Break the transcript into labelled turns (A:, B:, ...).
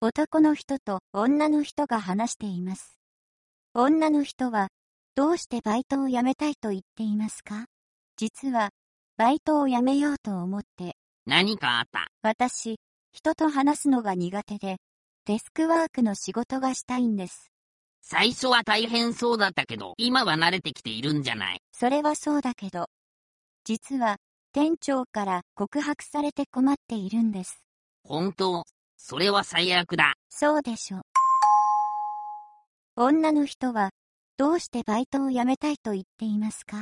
A: 男の人と女の人が話しています。女の人は、どうしてバイトを辞めたいと言っていますか実は、バイトを辞めようと思って、
B: 何かあった
A: 私、人と話すのが苦手で、デスクワークの仕事がしたいんです。
B: 最初は大変そうだったけど、今は慣れてきているんじゃない
A: それはそうだけど、実は、店長から告白されて困っているんです。
B: 本当、それは最悪だ。
A: そうでしょ。女の人は、どうしてバイトを辞めたいと言っていますか